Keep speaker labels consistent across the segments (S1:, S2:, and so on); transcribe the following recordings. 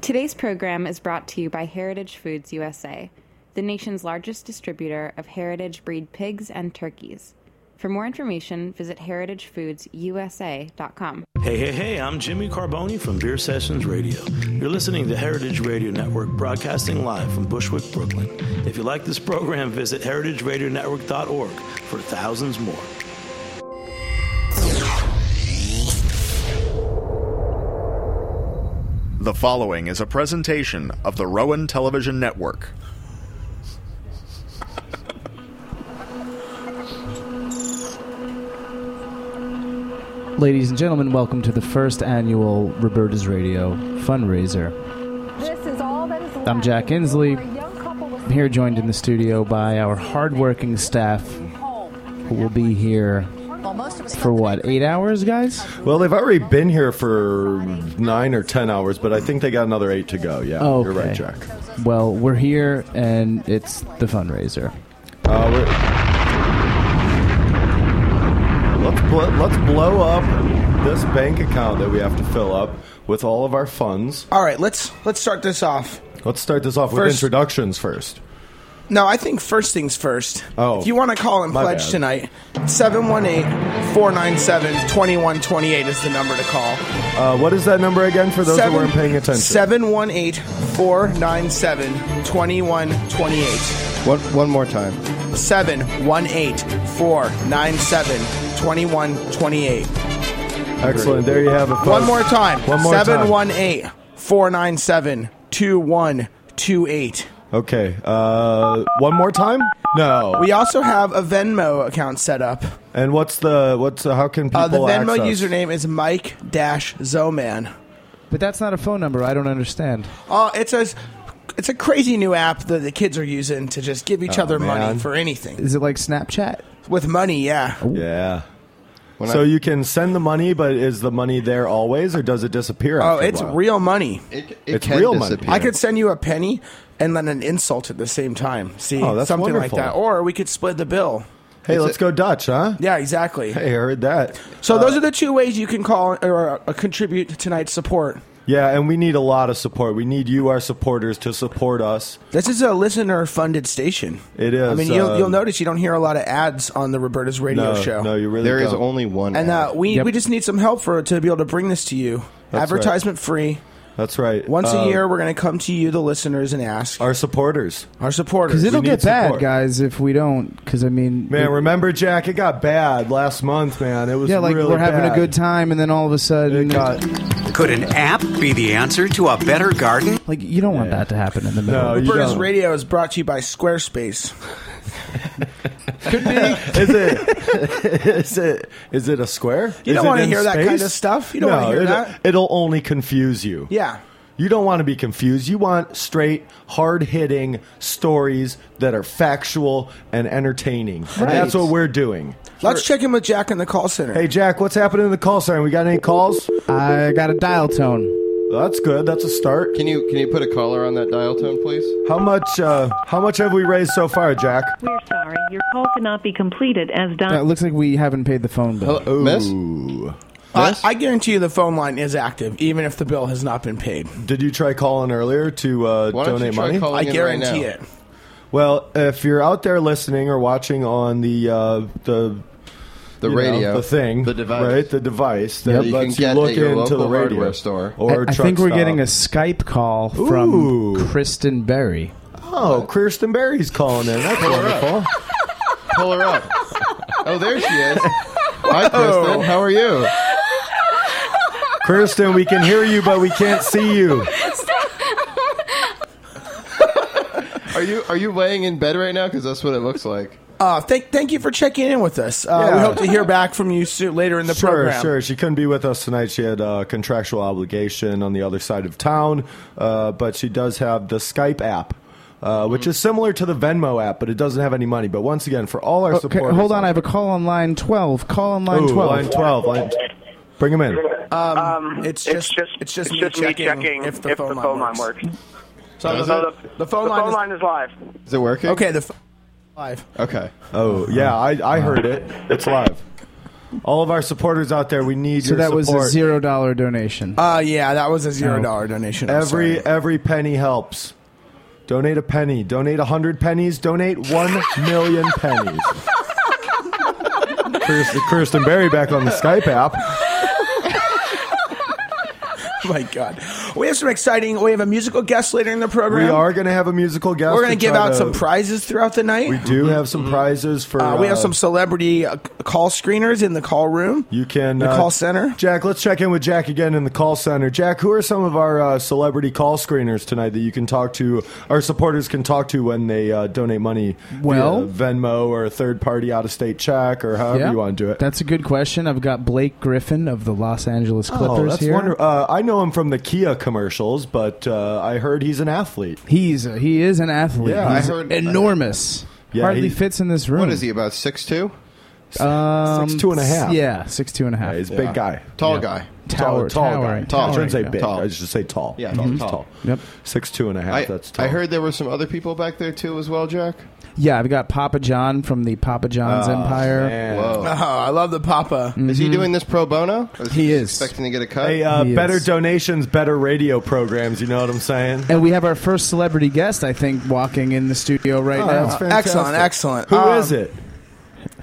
S1: Today's program is brought to you by Heritage Foods USA, the nation's largest distributor of heritage breed pigs and turkeys. For more information, visit heritagefoodsusa.com.
S2: Hey, hey, hey, I'm Jimmy Carboni from Beer Sessions Radio. You're listening to Heritage Radio Network, broadcasting live from Bushwick, Brooklyn. If you like this program, visit heritageradionetwork.org for thousands more.
S3: The following is a presentation of the Rowan Television Network.
S4: Ladies and gentlemen, welcome to the first annual Roberta's Radio fundraiser.
S5: This is all that is left.
S4: I'm Jack Inslee,
S5: for a young couple with
S4: I'm here joined in the studio by our hardworking staff who will be here for what, eight hours, guys?
S6: Well, they've already been here for nine or ten hours, but I think they got another eight to go. Yeah,
S4: Okay.
S6: you're right, Jack.
S4: Well, we're here and it's the fundraiser.
S6: Uh, we're- let's bl- let's blow up this bank account that we have to fill up with all of our funds.
S7: All right, let's let's start this off.
S6: Let's start this off with
S7: First-
S6: introductions first.
S7: No, I think first things first.
S6: Oh,
S7: If you want to call and
S6: my
S7: pledge
S6: bad.
S7: tonight, 718-497-2128 is the number to call.
S6: Uh, what is that number again for those who
S7: Seven-
S6: weren't paying attention?
S7: 718-497-2128.
S8: One, one more time.
S7: 718-497-2128.
S6: Excellent. There you have it. Folks.
S7: One more time.
S6: One more time.
S7: 718-497-2128.
S6: Okay. Uh, one more time. No.
S7: We also have a Venmo account set up.
S6: and what's the what's uh, how can people
S7: Uh, the Venmo
S6: access?
S7: username is Mike Dash Zoman.
S4: But that's not a phone number. I don't understand.
S7: Oh, it's a it's a crazy new app that the kids are using to just give each other money
S6: Oh, man.
S7: for anything
S4: Is it like Snapchat?
S7: with money. Yeah,
S6: Yeah. so you can send the money, but is the money there always, or does it disappear?
S7: oh,
S6: after a
S7: it's
S6: while?
S7: real money.
S8: It,
S6: It's real money.
S7: I could send you a penny and then an insult at the same time. See,
S6: Oh, that's
S7: something
S6: wonderful.
S7: like that, or we could split the bill.
S6: Hey, let's go Dutch, huh?
S7: Yeah, exactly.
S6: Hey, uh, I heard that.
S7: So those are the two ways you can call or uh, contribute to tonight's support.
S6: Yeah, and we need a lot of support. We need you, our supporters, to support us.
S7: This is a listener-funded station.
S6: It is,
S7: I mean, you'll,
S6: um,
S7: you'll notice you don't hear a lot of ads on the Roberta's radio
S6: no,
S7: show.
S6: no, you really.
S8: There is
S6: don't.
S8: only one.
S7: And uh,
S8: ad.
S7: we,
S4: Yep.
S7: we just need some help for to be able to bring this to you.
S6: That's
S7: Advertisement free.
S6: That's right.
S7: Once
S6: Um,
S7: a year, we're going to come to you, the listeners, and ask our,
S6: our supporters.
S7: supporters.
S4: Because it'll
S6: need
S4: get bad,
S6: support.
S4: guys, if we don't. Because, I mean,
S6: Man,
S4: it-
S6: remember Jack? It got bad last month, man. It was
S4: yeah, like
S6: really
S4: we're having a
S6: bad.
S4: good time, and then all of a
S6: It
S4: sudden,
S6: got
S9: Could an app be the answer to a better garden?
S4: like you don't want that to happen in the middle.
S6: no. You
S7: Roberta's
S6: don't.
S7: Radio is brought to you by Squarespace.
S4: Could be.
S6: is it is it is it a square?
S7: You
S6: Is
S7: don't
S6: it
S7: wanna
S6: in
S7: hear that kind of
S6: space?
S7: stuff. You don't
S6: No,
S7: wanna hear
S6: it'll-
S7: that.
S6: It'll only confuse you.
S7: Yeah.
S6: You don't want to be confused. You want straight, hard hitting stories that are factual and entertaining. And that's what we're doing.
S7: Let's check in with Jack in the call center.
S6: Hey, Jack, what's happening in the call center? We got any calls?
S4: I got a dial tone.
S6: That's good. That's a start.
S8: can you can you put a collar on that dial tone, please?
S6: How much? Uh, how much have we raised so far, Jack?
S10: We're sorry, your call cannot be completed as
S4: Uh, it
S10: done.
S4: looks like we haven't paid the phone bill.
S8: Hello, miss.
S7: I, I guarantee you the phone line is active, even if the bill has not been paid.
S6: Did you try calling earlier to uh,
S8: Why don't
S6: donate
S8: you try
S6: money?
S8: calling
S7: I
S8: in
S7: guarantee
S8: right
S7: it.
S8: now.
S6: Well, if you're out there listening or watching on the uh, the
S8: The
S6: you know,
S8: radio,
S6: the thing,
S8: the device.
S6: right? The device that
S8: That you
S6: lets
S8: can
S6: you
S8: get
S6: look
S8: at your
S6: into
S8: local
S6: the radio
S8: hardware store.
S4: I,
S6: Or
S4: I
S6: truck
S4: think we're
S6: stop.
S4: getting a Skype call
S6: Ooh.
S4: from Kristen Berry.
S6: oh, Kirsten Berry's calling in. That's wonderful.
S8: Pull her up. oh, there she is. Hi, Kristen. How are you?
S6: Kirsten, we can hear you, but we can't see you.
S8: Are you are you laying in bed right now? Because that's what it looks like.
S7: Uh, thank, thank you for checking in with us. Uh, We
S6: Yeah.
S7: hope to hear back from you soon, later in the
S6: sure,
S7: program.
S6: sure. She couldn't be with us tonight. She had a contractual obligation on the other side of town, uh, but she does have the Skype app. Uh, which is similar to the Venmo app, but it doesn't have any money. But once again, for all our
S4: Okay,
S6: support,
S4: hold on, I have a call on line twelve. Call on line twelve.
S6: Line twelve. Line, bring him in.
S7: Um, It's just, it's just, me, checking if the phone, line works. So the,
S8: Does
S7: the,
S8: it?
S7: the phone line, is,
S11: live.
S8: Is it working?
S7: okay. The f- live.
S8: Okay.
S6: Oh yeah, I, I heard it. It's live. All of our supporters out there, we need
S4: So
S6: your
S4: that was a
S6: support.
S4: zero dollar donation.
S7: Uh, yeah, that was a zero
S4: No.
S7: dollar donation. I'm
S6: every
S7: sorry.
S6: every penny helps. Donate a penny. Donate a hundred pennies. Donate one million pennies. Kirsten, Kirsten Berry back on the Skype app.
S7: Oh my God, we have some exciting. We have a musical guest later in the program.
S6: We are going to have a musical guest.
S7: We're going to give
S6: try
S7: out
S6: to-
S7: some prizes throughout the night.
S6: We do have some prizes for.
S7: Uh, we have
S6: uh,
S7: some celebrity uh, call screeners in the call room.
S6: You can uh,
S7: The call center?
S6: Jack. Let's check in with Jack again in the call center. Jack, who are some of our uh, celebrity call screeners tonight that you can talk to? Our supporters can talk to when they uh, donate money. via
S4: Well-
S6: Venmo or a third party out of state check or however
S4: Yeah.
S6: you want to do it.
S4: That's a good question. I've got Blake Griffin of the Los Angeles Clippers
S6: oh, that's
S4: here.
S6: wonderful. Uh, I know him from the Kia commercials, but uh, I heard he's an athlete.
S4: He's a, he is an athlete.
S6: Yeah, I
S4: He's
S8: heard-
S4: enormous.
S6: Yeah,
S4: Hardly
S6: he-
S4: fits in this room.
S8: What is he about six two?
S4: Um,
S6: Six, two and a half.
S4: Yeah, six two and a half.
S6: Yeah, he's a big guy.
S8: Tall guy.
S4: Tower,
S6: tall, tall
S4: towering,
S6: guy. Tall. I
S4: towering,
S6: shouldn't say
S4: yeah.
S6: big.
S8: Tall.
S6: I should say tall.
S8: Yeah,
S6: tall.
S8: tall,
S6: He's
S8: tall.
S6: tall.
S4: Yep.
S6: Six two and a half.
S8: I,
S6: that's tall.
S8: I heard there were some other people back there too as well, Jack.
S4: Yeah, I've got Papa John from the Papa John's Empire.
S6: Oh, Man.
S8: Whoa.
S7: Oh, I love the Papa.
S8: Is he doing this pro bono?
S4: He
S8: Or just
S4: is.
S8: expecting to get a cut.
S6: Hey, uh,
S4: Yes.
S6: better donations, better radio programs. You know what I'm saying?
S4: And we have our first celebrity guest, I think, walking in the studio right
S6: Oh,
S4: now.
S6: that's fair. Fantastic.
S7: Excellent, excellent.
S6: Who is
S7: Um,
S6: it?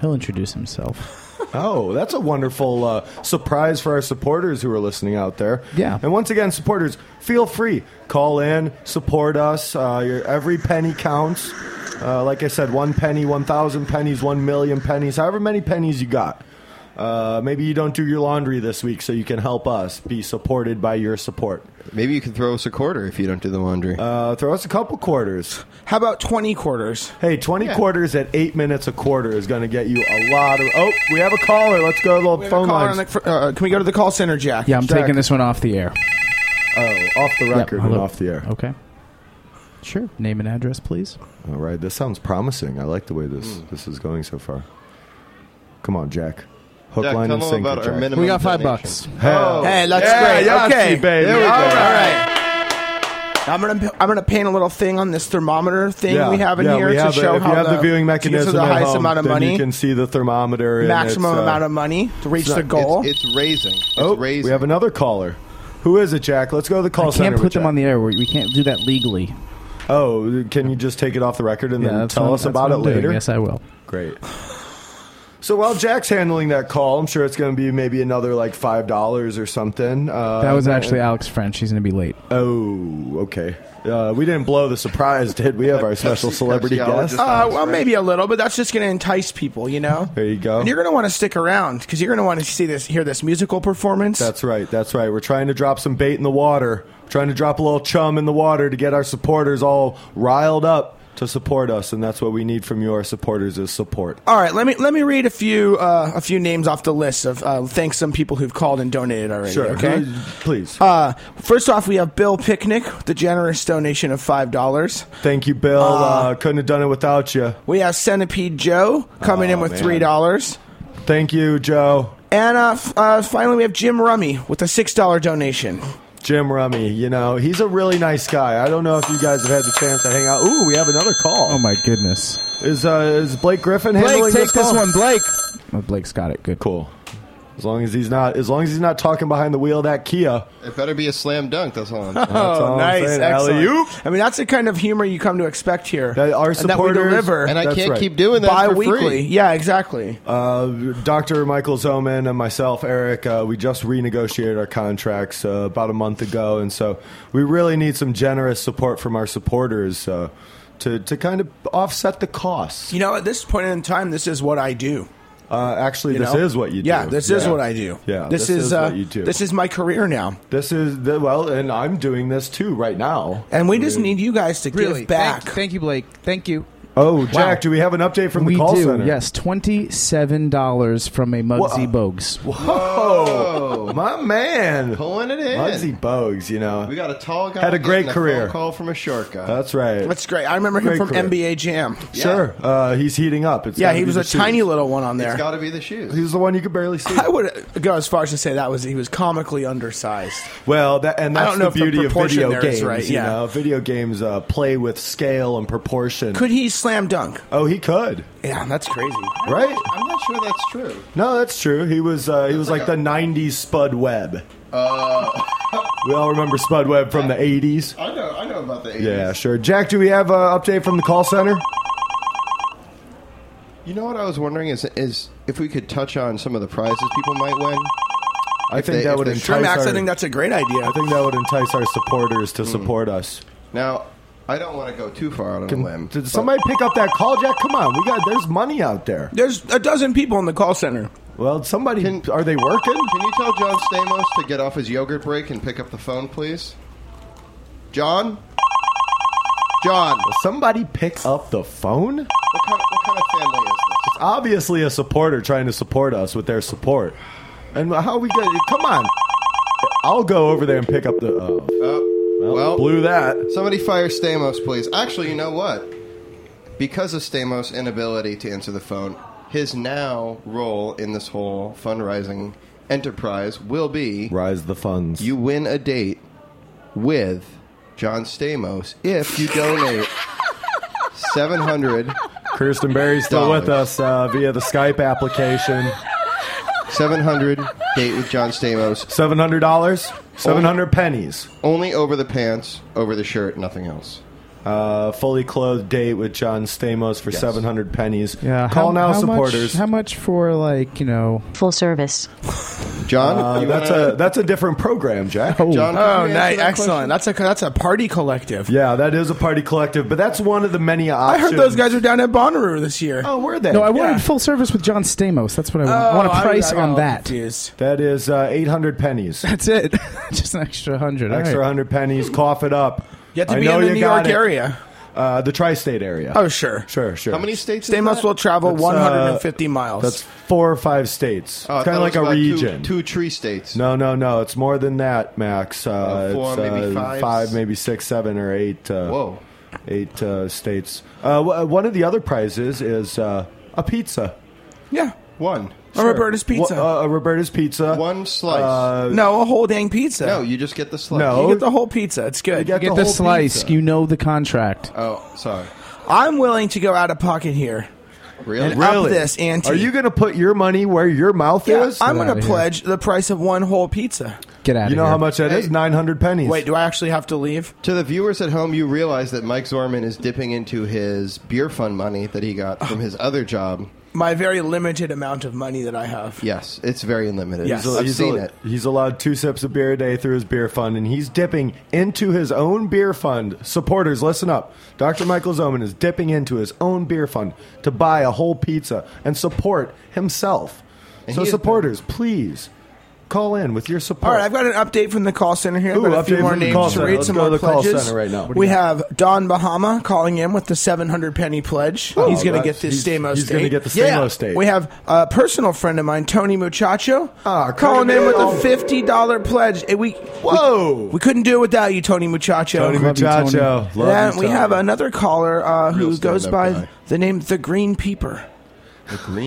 S4: He'll introduce himself.
S6: Oh, that's a wonderful uh, surprise for our supporters who are listening out there.
S4: Yeah.
S6: And once again, supporters, feel free. Call in, support us. Uh, your every penny counts. Uh, like I said, one penny, 1,000 pennies, 1 million pennies, however many pennies you got. Uh, maybe you don't do your laundry this week, so you can help us be supported by your support.
S8: Maybe you can throw us a quarter if you don't do the laundry.
S6: Uh, throw us a couple quarters.
S7: How about twenty quarters?
S6: Hey, 20 quarters at 8 minutes a quarter is going to get you a lot of. Oh, we have a caller. Let's go to the
S7: We have a
S6: phone
S7: caller
S6: line.
S7: on the- uh, can we go to the call center, Jack?
S4: Yeah, I'm
S6: Jack.
S4: taking this one off the air.
S6: Oh, off the record
S4: Yep,
S6: and
S4: hello.
S6: off the air.
S4: Okay. Sure. Name and address, please.
S6: All right, this sounds promising. I like the way this
S8: Hmm.
S6: this is going so far. Come on, Jack. Hook,
S8: Jack,
S6: line,
S8: tell
S6: and
S8: them
S6: sinker.
S8: about our
S6: Jack.
S8: minimum.
S4: We got five
S8: donation.
S4: bucks.
S6: Hell.
S7: Hey, that's great.
S6: Yahtzee,
S7: okay,
S6: baby.
S7: There we
S6: All
S7: go. All
S6: right.
S7: right. I'm gonna I'm gonna paint a little thing on this thermometer thing
S6: Yeah,
S7: we have in
S6: yeah,
S7: here
S6: we
S7: to
S6: have it.
S7: show
S6: if
S7: how
S6: you have the, viewing mechanism
S7: to the
S6: at
S7: highest
S6: home,
S7: amount of
S6: then
S7: money,
S6: you can see the thermometer. and
S7: maximum
S6: it's, uh,
S7: amount of money to reach the goal.
S8: It's, it's raising. It's
S6: Oh,
S8: raising.
S6: we have another caller. Who is it, Jack? Let's go to the call
S4: I
S6: center.
S4: can't put
S6: with
S4: them
S6: Jack.
S4: on the air. We we can't do that legally.
S6: Oh, can you just take it off the record and then
S4: that's
S6: tell
S4: what-
S6: us
S4: that's
S6: about
S4: what
S6: it
S4: I'm doing.
S6: later?
S4: Yes, I will.
S6: Great. So while Jack's handling that call, I'm sure it's going to be maybe another like five dollars or something. Uh,
S4: That was
S6: and-
S4: actually Alex French. He's going to be late.
S6: Oh, okay. Uh, we didn't blow the surprise, did we? Have our special
S8: Pepsi-
S6: celebrity guest.
S8: Pepsiologist.
S7: uh, well, maybe a little, but that's just going to entice people, you know.
S6: There you go.
S7: And you're going to want to stick around because you're going to want to see this, hear this musical performance.
S6: That's right. That's right. We're trying to drop some bait in the water. We're trying to drop a little chum in the water to get our supporters all riled up to support us, and that's what we need from you, our supporters, is support.
S7: All right, let me let me read a few uh, a few names off the list of uh, thanks some people who've called and donated already. Okay.
S6: Who- Please.
S7: Uh, first off, we have Bill Picnic, the generous donation of five dollars.
S6: Thank you, Bill. Uh, couldn't have done it without you.
S7: We have Centipede Joe coming
S6: Oh,
S7: in with
S6: man.
S7: three dollars.
S6: Thank you, Joe.
S7: And uh, f- uh, finally, we have Jim Rummy with a six dollar donation.
S6: Jim Rummy, you know, he's a really nice guy. I don't know if you guys have had the chance to hang out. Ooh, we have another call.
S4: Oh my goodness!
S6: Is uh, is Blake Griffin handling
S4: Blake, take
S6: this,
S4: this
S6: call?
S4: one, Blake. Oh, Blake's got it. Good.
S6: Cool. As long as he's not, as long as he's not talking behind the wheel of that Kia.
S8: It better be a slam dunk. That's all. I'm saying.
S6: That's
S7: Oh,
S6: all I'm saying. Alley-oop.
S7: I mean, that's the kind of humor you come to expect here.
S6: That our
S7: and that we
S6: supporters-
S7: deliver
S8: and I
S6: That's
S8: can't
S6: right.
S8: keep doing that for free.
S7: bi-weekly. Yeah, exactly.
S6: Uh, Dr. Michael Zoman and myself, Eric, uh, we just renegotiated our contracts uh, about a month ago, and so we really need some generous support from our supporters uh, to to kind of offset the costs.
S7: you know, at this point in time, this is what I do.
S6: Uh, actually,
S7: You
S6: this
S7: know?
S6: is what you do.
S7: Yeah, this is
S6: Yeah.
S7: what I do.
S6: Yeah,
S7: this, is, uh,
S6: what you do.
S7: This is my career now,
S6: This is the, well, and I'm doing this too right now.
S7: and we just need you guys to
S4: Really
S7: give back.
S4: Thank, thank you, Blake. Thank you.
S6: Oh, Jack, do we have an update from
S4: we
S6: the call
S4: do.
S6: center?
S4: Yes, twenty-seven dollars from a Muggsy
S6: Wha-
S4: Bogues.
S6: Oh. Whoa, my man,
S8: Pulling it in.
S6: Muggsy Bogues, you know.
S8: We got a tall guy.
S6: Had a great
S8: getting
S6: career.
S8: Phone call from a short guy.
S6: That's right.
S7: That's great. I remember him
S6: Great
S7: from
S6: career.
S7: NBA Jam.
S6: Sure, uh, he's heating up. It's
S7: Yeah,
S6: gotta
S7: he
S6: be
S7: was
S6: the
S7: a tiny
S6: shoes.
S7: little one on
S8: it's
S7: there.
S8: got to be the shoes.
S6: He's the one you could barely see.
S7: I would go as far as to say that was he was comically undersized.
S6: Well, that, and
S7: I
S6: that's
S7: don't know
S6: the
S7: if the
S6: beauty of
S7: proportion
S6: video
S7: there is
S6: games.
S7: right,
S6: You
S7: yeah.
S6: know, video games uh, play with scale and proportion.
S7: Could he slam dunk.
S6: Oh, he could.
S7: Yeah, that's crazy.
S6: Right?
S8: I'm not sure that's true.
S6: No, that's true. He was uh, he was like,
S8: like
S6: the
S8: a-
S6: '90s Spud Webb.
S8: Uh,
S6: We all remember Spud Webb from the '80s.
S8: I know, I know about the 80s.
S6: Yeah, sure. Jack, do we have an update from the call center?
S8: You know what I was wondering is is if we could touch on some of the prizes people might win.
S6: I think
S8: If they-
S6: that
S8: if
S6: would
S8: they-
S6: entice.
S7: Sure, Max,
S6: our,
S7: I think that's a great idea.
S6: I think that would entice our supporters
S8: Hmm.
S6: to support us.
S8: Now, I don't want to go too far out on a limb.
S6: Did
S8: but-
S6: somebody pick up that call, Jack? Come on, we got. There's money out there.
S7: There's a dozen people in the call center.
S6: Well, somebody. are they working?
S8: Can you tell John Stamos to get off his yogurt break and pick up the phone, please? John? John, what
S6: Somebody pick up the phone.
S8: kind, what kind of family is this?
S6: obviously a supporter trying to support us with their support. And how we get? Come on, I'll go over there and pick up the. Oh,
S8: Oh, well,
S6: blew that.
S8: somebody fire Stamos, please. Actually, you know what? Because of Stamos' inability to answer the phone, his now role in this whole fundraising enterprise will be
S6: Rise the funds.
S8: you win a date with John Stamos if you donate 700
S6: Kirsten Berry's still
S8: Dollars.
S6: with us uh, via the Skype application.
S8: 700 date with John Stamos.
S6: Seven hundred dollars. Seven hundred pennies.
S8: Only over the pants, over the shirt, nothing else.
S6: Uh, fully clothed date with John Stamos for seven hundred pennies.
S4: Yeah.
S6: Call
S4: how-
S6: now,
S4: how much-
S6: supporters.
S4: how much for like you know?
S11: Full service.
S8: John,
S6: Uh,
S8: you
S6: that's
S8: wanna-
S6: a that's a different program, Jack. Uh,
S8: John, can
S7: Oh,
S8: you answer
S7: nice,
S8: that
S7: excellent. That's a that's a party collective.
S6: Yeah, that is a party collective, but that's one of the many
S7: I
S6: options.
S7: heard those guys are down at Bonnaroo this year.
S6: Oh, were they?
S4: No, I wanted
S7: Yeah.
S4: full service with John Stamos. That's what I want. I want
S7: Oh,
S4: a price
S7: I got
S4: on
S7: all
S4: that.
S7: confused.
S6: that is uh, eight hundred pennies.
S4: That's it. Just an extra hundred.
S6: extra
S4: All right.
S6: 100 pennies cough it up
S7: You have to
S6: I
S7: be
S6: know
S7: in the
S6: you
S7: New
S6: got
S7: York
S6: it.
S7: area.
S6: uh, the tri-state area
S7: Oh, sure.
S6: sure sure
S8: How many states is
S7: Stamos
S8: that?
S7: will travel
S6: That's, uh,
S7: 150 miles.
S6: that's four or five states
S8: Oh, I
S6: it's kind of
S8: thought it
S6: like
S8: was
S6: a
S8: about two-
S6: region
S8: Two, tree states.
S6: no no no it's more than that max uh,
S8: Uh, four,
S6: it's,
S8: maybe
S6: uh,
S8: five?
S6: maybe six seven or eight uh,
S8: Whoa.
S6: eight uh, states uh, w- one of the other prizes is uh, a pizza
S7: yeah,
S8: One.
S7: a Roberta's pizza.
S6: Wha- uh, a Roberta's pizza
S8: One slice.
S6: uh,
S7: no, a whole dang pizza.
S8: no, you just get the slice.
S6: No.
S7: you get the whole pizza. It's good.
S6: Uh, You get
S4: Get
S6: the
S4: the,
S6: whole
S4: slice.
S6: pizza. Uh,
S4: You know the contract.
S8: Oh, sorry.
S7: I'm willing to go out of pocket here.
S8: Really?
S7: And-
S6: really
S7: up this ante.
S6: are you gonna put your money where your mouth
S7: Yeah,
S6: is
S7: I'm going
S4: outta
S7: to
S4: here.
S7: pledge the price of one whole pizza.
S4: Get out.
S6: you know
S4: here.
S6: how much that is? 900 pennies
S7: Wait, do I actually have to leave?
S8: to the viewers at home, you realize that Mike Zorman is dipping into his beer fund money that he got from his other job.
S7: My very limited amount of money that I have.
S8: Yes, it's very unlimited.
S7: Yes.
S8: I've
S6: he's
S8: seen
S6: al-
S8: it.
S6: He's allowed two sips of beer a day through his beer fund, and he's dipping into his own beer fund. Supporters, listen up. Dr. Michael Zoman is dipping into his own beer fund to buy a whole pizza and support himself.
S8: And
S6: so,
S8: he is-
S6: supporters, please call in with your support.
S7: All right, I've got an update from the call center here.
S6: Ooh,
S7: I've got a few
S6: update
S7: more
S6: from the call
S7: names to
S6: center.
S7: read.
S6: Let's
S7: some
S6: go
S7: more
S6: to the call
S7: pledges.
S6: center right now. What do
S7: We
S6: you
S7: have Don Bahama calling in with the 700 penny pledge.
S6: Oh,
S7: he's going to
S6: that's-
S7: get this
S6: he's-
S7: Stamos
S6: he's gonna
S7: date.
S6: get the
S7: yeah.
S6: Stamos date.
S7: We have a personal friend of mine, Tony Muchacho,
S6: Ah,
S7: calling
S6: Tony.
S7: in with a fifty dollar pledge. And we
S6: Whoa!
S7: we couldn't do it without you, Tony Muchacho.
S6: Tony
S4: Love you,
S6: Muchacho.
S4: Tony.
S6: Love
S7: Then
S6: you,
S7: we
S6: Tony.
S7: have another caller uh,
S8: Real
S7: who goes
S8: stand-up
S7: by
S8: guy.
S7: the name the Green Peeper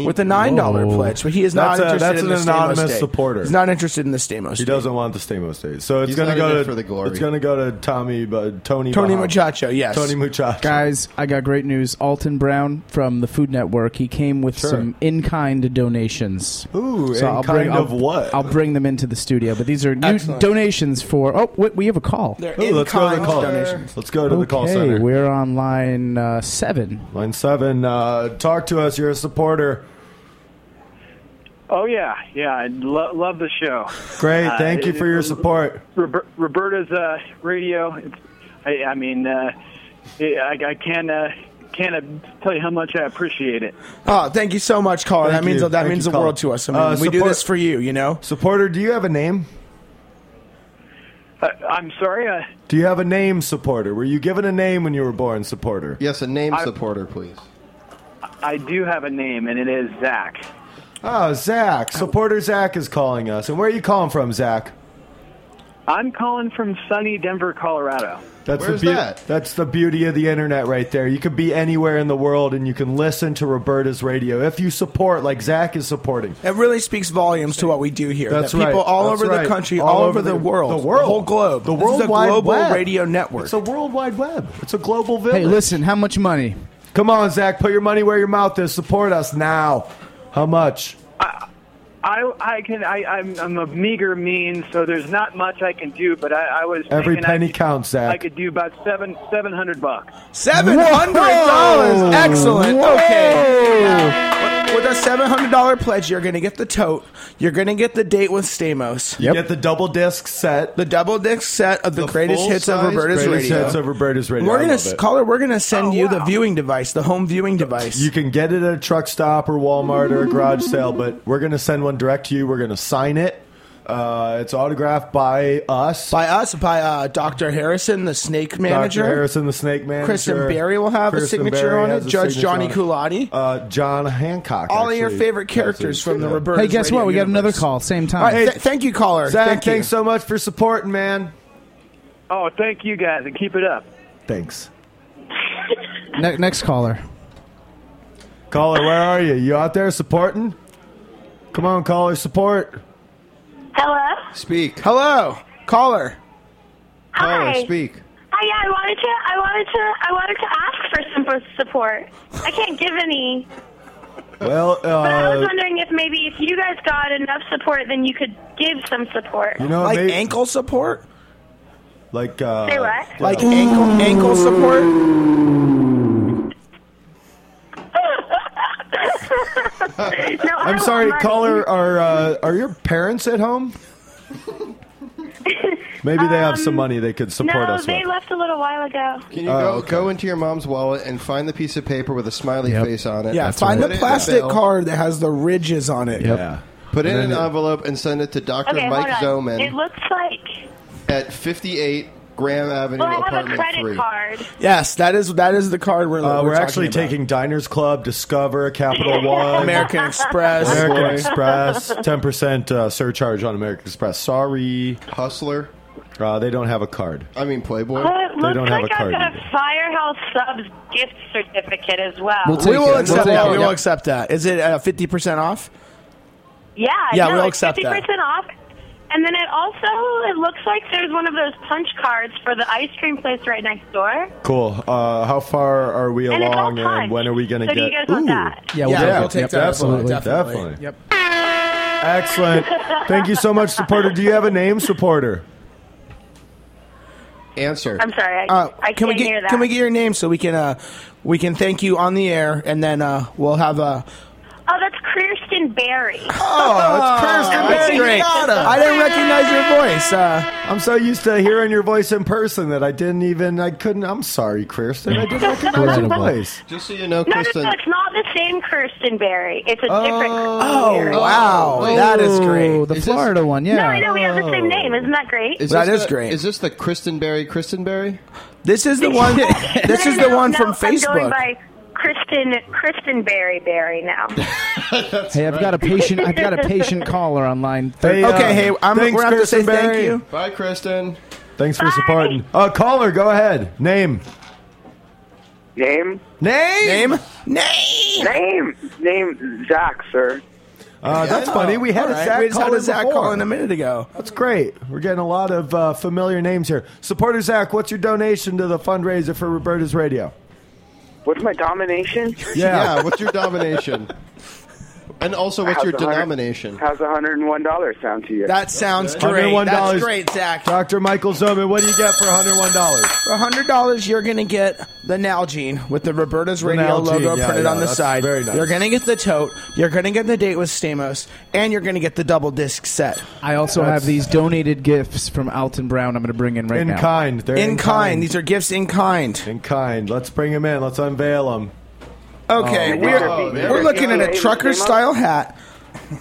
S7: with a nine dollar
S4: Whoa.
S7: pledge, but he is not
S6: That's a-
S7: interested
S6: that's
S7: in
S6: an
S7: the Stamos
S6: anonymous
S7: date.
S6: supporter.
S7: He's not interested in the Stamos.
S6: He
S7: date.
S6: doesn't want the Stamos days, so it's
S8: He's
S6: going to
S8: not
S6: go
S8: in it
S6: to
S8: for the glory.
S6: It's going to go to Tommy, but Tony.
S7: Tony
S6: Bahama.
S7: Muchacho, yes.
S6: Tony Muchacho.
S4: Guys, I got great news. Alton Brown from the Food Network. He came with
S6: Sure.
S4: some in-kind donations.
S6: Ooh,
S4: I'll
S6: in-kind
S4: bring- I'll-
S6: of what?
S4: I'll bring them into the studio. But these are new
S7: Excellent.
S4: donations for. Oh, wait, we have a call.
S7: They're
S6: Ooh, let's go to the
S7: in-kind
S6: call.
S7: donations.
S6: Let's go to the call
S4: okay,
S6: center.
S4: we're on line uh, seven.
S6: Line seven, uh, talk to us. You're a supporter.
S12: Oh yeah, yeah. I lo- love the show.
S6: Great,
S12: Uh,
S6: thank you for your support.
S12: Robert- Roberta's uh, radio. It's, I, I mean, uh, I, I can't uh, can't uh, tell you how much I appreciate it.
S7: Oh, thank you so much, caller.
S6: Thank
S7: that means
S6: you.
S7: that
S6: Thank
S7: means
S6: you,
S7: the
S6: caller.
S7: world to us. I mean,
S6: Uh,
S7: we do
S6: support-
S7: this for you, you know.
S6: Supporter, do you have a name?
S12: Uh, I'm sorry. Uh,
S6: Do you have a name, supporter? Were you given a name when you were born, supporter?
S8: Yes, a name
S12: I-
S8: supporter, please.
S12: I do have a name, and it is Zach.
S6: Oh, Zach. Supporter Zach is calling us. And where are you calling from, Zach?
S12: I'm calling from sunny Denver, Colorado.
S6: That's
S8: Where's
S6: the beauty.
S8: that?
S6: That's the beauty of the internet, right there. You could be anywhere in the world, and you can listen to Roberta's radio if you support, like Zach is supporting.
S7: It really speaks volumes to what we do here.
S6: That's
S7: that people
S6: right.
S7: all
S6: That's
S7: over
S6: right.
S7: the country, all, over the, world,
S6: the world,
S7: whole globe,
S6: the
S7: This is
S6: world
S7: a
S6: wide
S7: global
S6: web.
S7: radio network.
S6: It's a world wide web. It's a global village.
S4: Hey, listen, how much money?
S6: Come on, Zach, put your money where your mouth is. Support us now. How much?
S12: I, I can I, I'm, I'm a meager mean, so there's not much I can do. But I, I was
S6: Every
S12: thinking I
S6: penny
S12: could-
S6: counts,
S12: I
S6: Zach.
S12: could do about seven seven hundred bucks.
S7: Seven hundred
S6: Oh.
S7: dollars. Excellent.
S12: Whoa.
S7: Okay. With a seven hundred dollar pledge, you're gonna get the tote. You're gonna get the date with Stamos.
S6: You get the double disc set.
S7: The double disc set of the, greatest hits of
S6: full-size
S7: Roberta's
S6: greatest
S7: radio.
S6: hits of Roberta's radio.
S7: We're
S6: I
S7: gonna
S6: love it.
S7: caller. We're gonna
S4: Oh,
S7: send you the viewing device, the home viewing device.
S6: You can get it at a truck stop or Walmart or a garage sale, but we're going to send one direct to you. We're going to sign it. Uh, it's autographed by us.
S7: By us, by uh, Dr. Harrison, the snake manager.
S6: Dr. Harrison, the snake manager.
S7: Kristen Berry will have a signature on
S6: has
S7: it.
S6: a
S7: Judge
S6: signature
S7: Johnny
S6: on it.
S7: Culotti.
S6: Uh, John Hancock.
S7: All of your
S6: actually
S7: favorite
S6: has
S7: characters
S6: his-
S7: from the
S6: yeah.
S7: Roberta's
S4: Hey, guess what? We got
S7: Radio
S4: another call. Same time.
S7: All right, th- thank you, caller.
S6: Zach,
S7: thank you.
S6: thanks so much for supporting, man.
S12: Oh, thank you guys, and keep it up.
S6: Thanks.
S4: Ne- next caller.
S6: Caller, where are you? You out there supporting? Come on, caller, support.
S11: Hello.
S8: Speak.
S7: Hello, caller.
S11: Hi.
S8: Caller, speak.
S11: Hi. Yeah, I wanted to. I wanted to. I wanted to ask for some pro- support. I can't give any,
S6: Well,
S11: but I was
S6: uh,
S11: wondering if maybe if you guys got enough support, then you could give some support.
S6: you know,
S7: like
S6: maybe-
S7: ankle support,
S6: like uh,
S11: Say what?
S7: like ankle ankle support.
S11: no,
S6: I'm sorry, caller. Are uh, are your parents at home? Maybe they have some money they could support
S11: Um, no,
S6: us
S11: they
S6: with.
S11: left a little while ago.
S8: Can you
S6: Oh,
S8: go,
S6: okay.
S8: go into your mom's wallet and find the piece of paper with a smiley face on it?
S7: Yeah,
S8: That's
S7: find
S8: right.
S7: the
S8: Put it in
S7: plastic
S8: bill.
S7: card that has the ridges on it.
S6: Yeah.
S8: Put in
S6: And
S8: an
S6: then-
S8: envelope and send it to Dr.
S11: Okay,
S8: Mike
S11: hold on. It
S8: Zoman
S11: looks like.
S8: at 58 Graham Avenue,
S11: Well, I have a
S8: apartment
S11: credit
S8: 3.
S11: card.
S7: Yes, that is that is the card we're.
S6: Uh,
S7: we're,
S6: we're, actually
S7: talking about.
S6: taking Diners Club, Discover, Capital One,
S7: American Express.
S6: American
S8: Boy.
S6: Express, ten percent uh, surcharge on American Express. Sorry,
S8: Hustler.
S6: uh, they don't have a card.
S8: I mean, Playboy.
S11: Oh, it looks
S6: don't
S11: like
S6: have a card
S11: I've got
S6: either.
S11: a Firehouse Subs gift certificate as well.
S4: We'll take
S7: We will
S4: it. We'll
S7: accept
S4: take
S7: that.
S4: it.
S7: We will accept that. Is it uh, fifty percent off?
S11: Yeah,
S7: Yeah,
S11: no,
S7: we'll
S11: it's
S7: accept that.
S11: 50% off. And then it also it looks like there's one of those punch cards for the ice cream place right next door.
S6: Cool. Uh, how far are we
S11: And it's all
S6: along, and
S11: punched.
S6: when are we going to
S11: So do
S6: get?
S11: you guys want
S6: Ooh.
S11: that?
S4: Yeah, we'll
S7: yeah,
S4: take
S7: we'll
S4: it.
S7: take
S4: Yep,
S7: that. as well,
S4: Absolutely.
S7: definitely.
S6: Definitely.
S7: Yep.
S6: Excellent. Thank you so much, supporter. Do you have a name, supporter?
S8: Answer.
S11: I'm sorry, I,
S7: Uh,
S11: I
S7: can
S11: can't
S7: we get
S11: hear that.
S7: can we get your name so we can uh, we can thank you on the air and then uh, we'll have a
S11: oh, that's Kirsten Berry.
S7: oh it's Kirsten
S6: Betty Yada.
S7: I didn't recognize your voice. Uh,
S6: I'm so used to hearing your voice in person that I didn't even. I couldn't. I'm sorry, Kirsten. I didn't recognize your
S4: Incredible.
S6: voice.
S8: Just so you
S11: No,
S8: know,
S11: no, no,
S8: Kristen.
S11: it's not the same Kirsten Berry. It's a different Kirsten
S7: oh
S11: Berry.
S7: wow, that is
S4: Oh,
S7: great.
S4: the
S8: Is this-
S4: Florida one. Yeah.
S11: No, I know we have the same name. Isn't that great?
S7: That
S8: this
S7: is
S8: the-
S7: great.
S8: Oh. Is this the Kristenberry Kristenberry?
S7: This is the one. This
S11: No,
S7: is
S11: no,
S7: the one
S11: no,
S7: from
S11: I'm going
S7: Facebook.
S11: by Kristen Kristen Berry Berry now.
S4: Hey, I've got a patient. I've got a patient caller on line. thir-
S6: Hey, uh,
S7: Okay, hey, I'm
S6: thanks,
S7: we're gonna have to say
S6: Kirsten
S7: thank
S6: Berry.
S7: you.
S8: Bye, Kristen.
S6: Thanks for supporting. Uh, caller, go ahead. Name.
S13: Name,
S6: Name.
S7: Name, name.
S13: name, name, Zach, sir.
S6: Uh, that's funny. We had
S7: All
S6: a
S7: right,
S6: Zach
S7: we just
S6: call
S7: had a
S6: in
S7: Zach
S6: before.
S7: calling a minute ago.
S6: That's great. We're getting a lot of uh, familiar names here. Supporter Zach, what's your donation to the fundraiser for Roberta's Radio?
S13: What's my domination?
S8: Yeah. what's your domination? And also, what's
S13: How's
S8: your
S13: a hundred-
S8: denomination?
S13: How's $101 sound to you?
S7: That sounds great.
S6: $101.
S7: That's great, Zach.
S6: Dr. Michael Zoman, what do you get for $101?
S7: For hundred dollars, you're gonna get the Nalgene with the Roberta's Radio
S6: Nalgene,
S7: logo
S6: yeah,
S7: printed
S6: yeah,
S7: on the
S6: that's
S7: side.
S6: very nice.
S7: You're gonna get the tote. You're gonna get the date with Stamos, and you're gonna get the double disc set
S4: I also have these donated gifts from Alton Brown. I'm going to bring in right
S6: In
S4: now.
S6: kind. They're
S7: in kind. These are gifts in kind.
S6: in kind. Let's bring him in. Let's unveil him.
S7: Okay,
S6: Oh,
S7: we're
S8: wow.
S7: we're looking at a
S13: Stamos,
S7: trucker
S13: Stamos?
S7: style hat,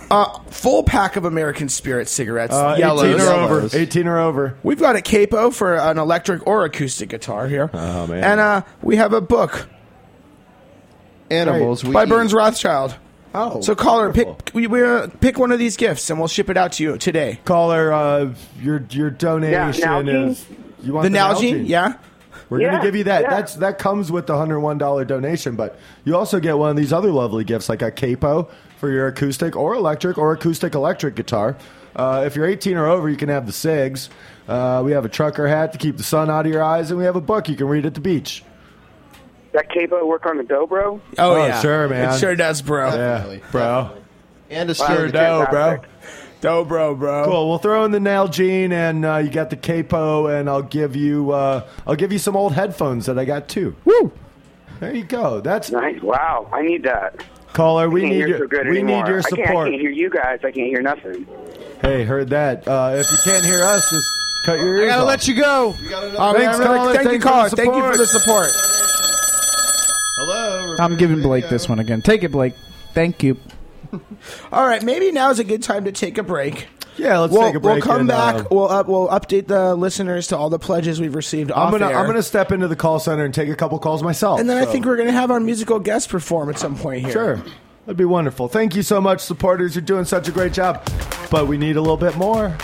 S7: uh, full pack of American Spirit cigarettes,
S6: Uh, 18
S7: yellows.
S6: or over.
S8: Yellows.
S6: 18 or over.
S7: We've got a capo for an electric or acoustic guitar here,
S6: Oh, man.
S7: and uh, we have a book
S8: Animals. We
S7: by
S8: eat.
S7: Burns Rothschild.
S6: Oh.
S7: So caller,
S6: wonderful.
S7: pick we, we uh, pick one of these gifts and we'll ship it out to you today.
S6: Caller, uh, your your donation
S13: Nalgene?
S6: is. You want
S7: The Nalgene,
S6: Nalgene?
S7: yeah.
S6: We're gonna
S13: Yeah,
S6: give you that.
S13: yeah.
S6: That's that comes with the hundred one dollar donation, but you also get one of these other lovely gifts like a capo for your acoustic or electric or acoustic electric guitar. Uh, if you're 18 or over, you can have the SIGs. Uh, we have a trucker hat to keep the sun out of your eyes, and we have a book you can read at the beach.
S13: That capo work on the dobro?
S7: Oh, yeah.
S6: sure, man.
S7: It sure does, bro.
S6: Yeah, bro.
S8: And
S13: a
S7: sure
S13: Wow,
S7: do, bro.
S13: fantastic.
S7: Do, bro, bro.
S6: Cool. We'll throw in the nail jean, and uh, you got the capo, and I'll give you uh, I'll give you some old headphones that I got too. Woo! There you go. That's
S13: nice. Wow, I need that.
S6: caller. We
S13: can't
S6: need
S13: hear
S6: your
S13: so good
S6: we
S13: anymore.
S6: need your
S13: I can't, I
S6: support.
S13: can't hear you guys. I can't hear nothing.
S6: Hey, heard that? Uh, if you can't hear us, just cut your ears.
S7: I gotta let you go. All right,
S6: Thanks,
S7: everybody.
S6: caller.
S7: Thank you,
S6: Thanks for
S7: caller.
S6: the
S7: Thank you for the support.
S8: Hello.
S4: I'm giving Blake this one again. Take it, Blake. Thank you.
S7: All right, maybe now is a good time to take a break.
S6: Yeah, let's
S7: we'll,
S6: take a break
S7: We'll come
S6: and,
S7: back.
S6: uh,
S7: we'll up, we'll update the listeners to all the pledges we've received.
S6: I'm gonna
S7: off-air.
S6: I'm gonna step into the call center and take a couple calls myself.
S7: and then I
S6: so.
S7: think we're gonna have our musical guest perform at some point here.
S6: Sure. That'd be wonderful. Thank you so much, supporters. You're doing such a great job. But we need a little bit more.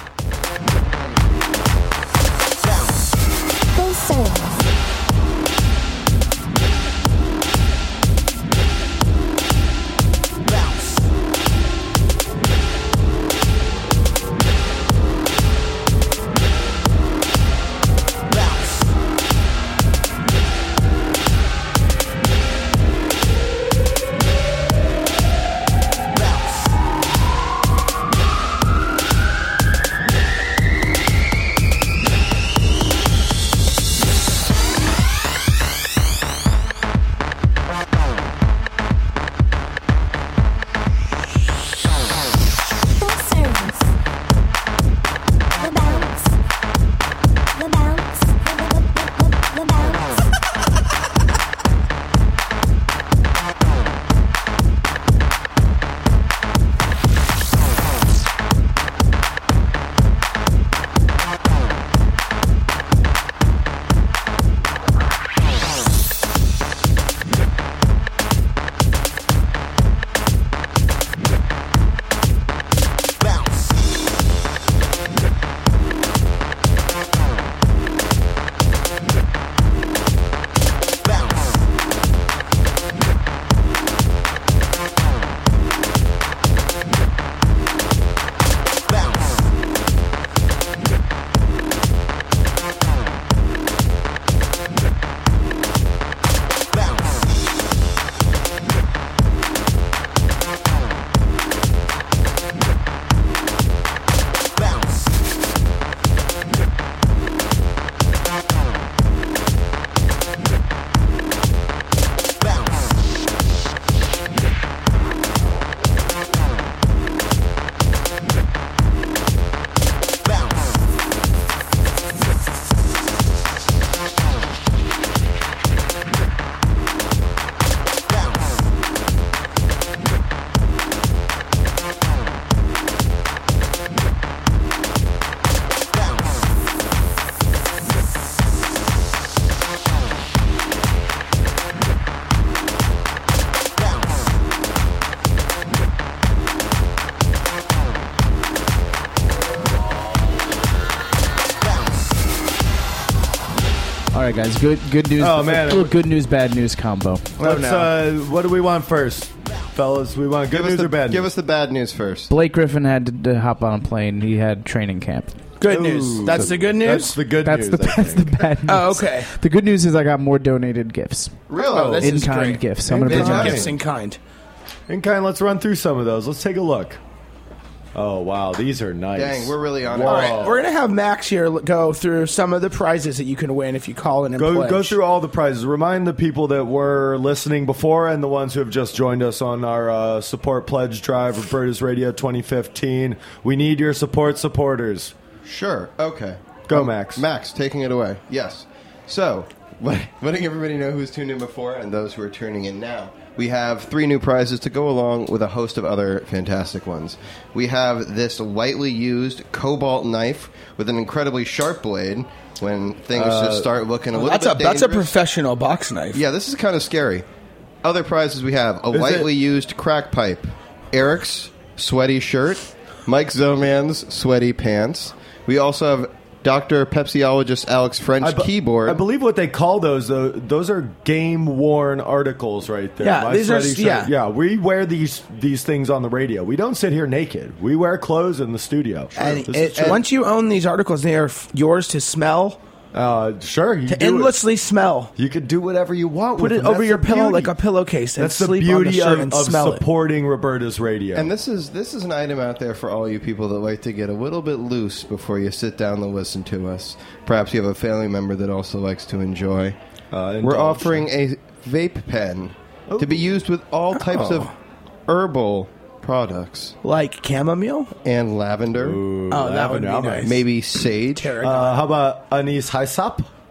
S4: All right, guys. Good good news.
S6: Oh, man.
S4: Little good news, bad news combo.
S8: Oh,
S6: Let's, uh, what do we want first, fellas? We want good
S8: Give us
S6: news
S8: the-
S6: or bad?
S8: Give us the bad news first.
S4: Blake Griffin had to, to hop on a plane. He had training camp.
S7: Good news. That's the good news.
S6: That's the good
S4: That's
S6: news.
S4: the
S6: I
S4: that's the bad news.
S7: Oh, okay.
S4: The good news is I got more donated gifts.
S7: Oh, this
S4: in
S7: is
S4: kind
S7: great.
S4: gifts. So I'm gonna
S7: In-kind
S4: bring them
S7: gifts in kind.
S6: In kind, let's run through some of those. Let's take a look. Oh wow, these are nice.
S8: Dang, we're really on
S6: Whoa.
S8: it.
S7: All right, we're gonna have Max here l- go through some of the prizes that you can win if you call in and
S6: Go
S7: pledge.
S6: go through all the prizes. Remind the people that were listening before and the ones who have just joined us on our uh, support pledge drive, Roberta's Radio 2015. We need your support, supporters.
S8: Sure. Okay. Uh,
S6: Go, Max.
S8: Max, taking it away. Yes. So, let- letting everybody know who's tuned in before and those who are tuning in now, we have three new prizes to go along with a host of other fantastic ones. We have this lightly used cobalt knife with an incredibly sharp blade. When things
S7: Uh,
S8: just start looking a little
S7: that's
S8: bit
S7: a that's a
S8: dangerous.
S7: professional box knife.
S8: Yeah, this is kind of scary. Other prizes we have a
S7: Is it-
S8: lightly used crack pipe, Eric's sweaty shirt, Mike Zoman's sweaty pants. We also have Dr. Pepsiologist Alex French
S6: I bu-
S8: keyboard.
S6: I believe what they call those though, those are game worn articles right there.
S7: Yeah,
S6: My
S7: these are-
S6: sweaty shirt.
S7: yeah.
S6: yeah. We wear these these things on the radio. We don't sit here naked. We wear clothes in the studio.
S7: And
S6: This is
S7: it,
S6: true.
S7: once you own these articles, they are f- yours to smell,
S6: Uh, sure. You
S7: To
S6: do it.
S7: endlessly smell.
S6: You could do whatever you want.
S7: Put
S6: with
S7: it
S6: them.
S7: over
S6: That's
S7: your
S6: the
S7: pillow
S6: beauty.
S7: like a pillowcase. and
S6: That's the
S7: sleep on the
S6: beauty
S7: shirt
S6: of,
S7: and
S6: of
S7: smell it.
S6: supporting Roberta's radio.
S8: And this is this is an item out there for all you people that like to get a little bit loose before you sit down to listen to us. Perhaps you have a family member that also likes to enjoy. We're offering a vape pen to be used with all types of
S7: Oh.
S8: herbal products
S7: like chamomile
S8: and lavender.
S7: Oh, that would be lavender. nice.
S8: Maybe sage.
S6: Uh, how about anise hyssop?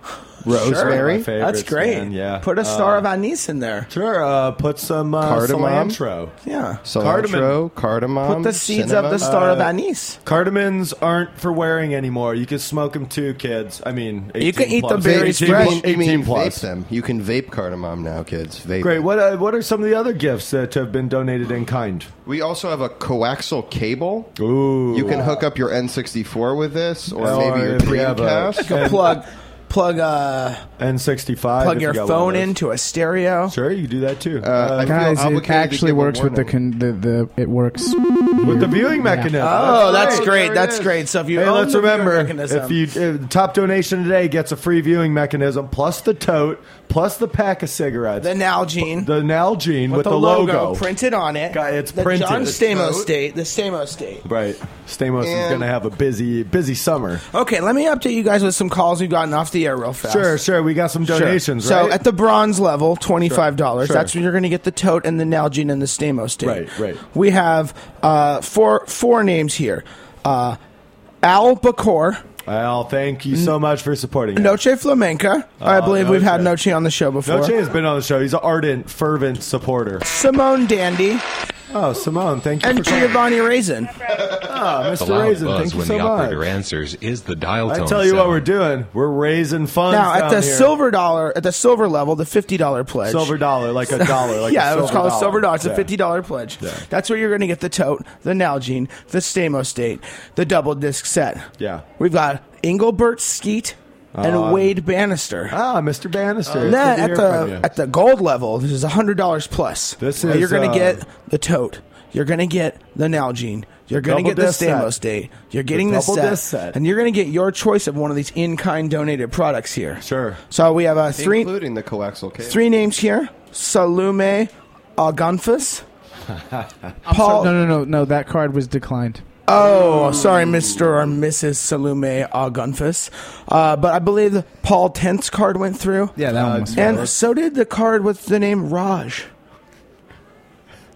S7: Rosemary.
S6: My favorites,
S7: That's great.
S6: man, Yeah. Uh,
S7: Put a star of anise in there.
S6: Sure. Uh, put some uh,
S8: Cardamom?
S6: cilantro.
S7: Yeah.
S8: Cilantro, cardamom.
S7: Put the seeds of the star
S6: uh,
S7: of anise.
S6: Cardamons aren't for wearing anymore. You can smoke them too, kids. I mean, 18
S7: You can eat
S6: plus.
S7: them berries
S6: 18
S7: fresh.
S6: plus-
S8: Uh, You
S6: 18
S8: mean vape
S6: plus.
S8: them. You can vape cardamom now, kids. Vape.
S6: Great. What uh, What are some of the other gifts that have been donated in kind?
S8: We also have a coaxial cable.
S6: Ooh.
S8: You can hook up your N64 with this, or
S6: Or
S8: maybe your
S6: Oh, if you have a-
S8: Dreamcast.
S6: Like a
S7: Plug, plug, uh,
S6: N65.
S7: plug
S6: if
S7: your
S6: you got one of
S7: phone
S6: those.
S7: into a stereo.
S6: Sure, you do that too. Uh,
S8: I
S6: guys,
S8: feel
S4: Guys, it
S8: obligated
S4: actually
S8: to give a
S4: works with the,
S8: warning.
S4: con- the the it works
S6: with the viewing mechanism.
S7: Oh, that's
S6: right.
S7: great.
S6: There it
S7: That's
S6: is.
S7: great. So if you
S6: Hey,
S7: own
S6: let's
S7: the viewing
S6: remember
S7: mechanism-
S6: if you if top donation today gets a free viewing mechanism plus the tote plus the pack of cigarettes,
S7: the Nalgene
S6: the Nalgene with,
S7: with the logo, printed on it.
S6: Guy, it's
S7: the
S6: printed.
S7: John
S6: It's
S7: Stamos
S6: vote.
S7: date. The Stamos date.
S6: Right, Stamos is
S7: And-
S6: going to have a busy busy summer.
S7: Okay, let me update you guys with some calls we've gotten off the air real fast.
S6: Sure, sure. We got some
S7: Sure.
S6: donations.
S7: So
S6: right?
S7: at the bronze level, twenty five dollars.
S6: Sure.
S7: That's when you're going to get the tote and the Nalgene and the Stamos date.
S6: Right, right.
S7: We have uh, four four names here. Uh, Al Bacor,
S6: Al, thank you so much for supporting. us.
S7: Noche Flamenca. I
S6: Oh,
S7: believe we've had
S6: Noche.
S7: Noche on the show before.
S6: Noche has been on the show. He's an ardent, fervent supporter.
S7: Simone Dandy
S6: Oh, Simone, thank you.
S7: and
S6: for calling.
S7: Giovanni Raisin.
S6: Ah,
S14: The
S6: Mr.
S14: loud
S6: Raisin,
S14: buzz
S6: thank you
S14: when
S6: so
S14: the operator
S6: much.
S14: answers is the dial
S6: I
S14: tone.
S6: tell you what
S14: sound.
S6: we're doing. We're raising funds
S7: Now at
S6: down
S7: the
S6: here.
S7: silver dollar, at the silver level, the fifty dollar pledge.
S6: Silver dollar, like a dollar, like
S7: yeah,
S6: a
S7: it was
S6: silver
S7: called a
S6: dollar.
S7: silver dollar. It's
S6: Yeah.
S7: a fifty dollar pledge.
S6: Yeah.
S7: That's where you're going to get the tote, the Nalgene, the Stamos date, the double disc set.
S6: Yeah.
S7: We've got Engelbert Skeet and
S6: Um,
S7: Wade Bannister.
S6: Ah, Mr. Bannister.
S7: and
S6: it's
S7: then
S6: good to
S7: Uh, at
S6: hear from you.
S7: the at the gold level, this is hundred dollars plus.
S6: This
S7: Now
S6: is,
S7: you're going
S6: uh,
S7: to get the tote. You're going to get the Nalgene. You're going
S6: Double
S7: to get the
S6: disc set.
S7: Stamos date. You're getting
S6: The
S7: the,
S6: double
S7: set,
S6: disc set.
S7: and you're going to get your choice of one of these in-kind donated products here.
S6: sure.
S7: So we have uh, three
S8: including the coaxial cable.
S7: three names here: Salume Algonfus.
S4: So,
S7: Paul.
S4: no, no, no, no. That card was declined.
S7: Oh, sorry, Mister or Mrs. Salume Algonfus. Uh, but I believe the Paul Tent's card went through.
S4: Yeah, that one was.
S7: And so did the card with the name Raj.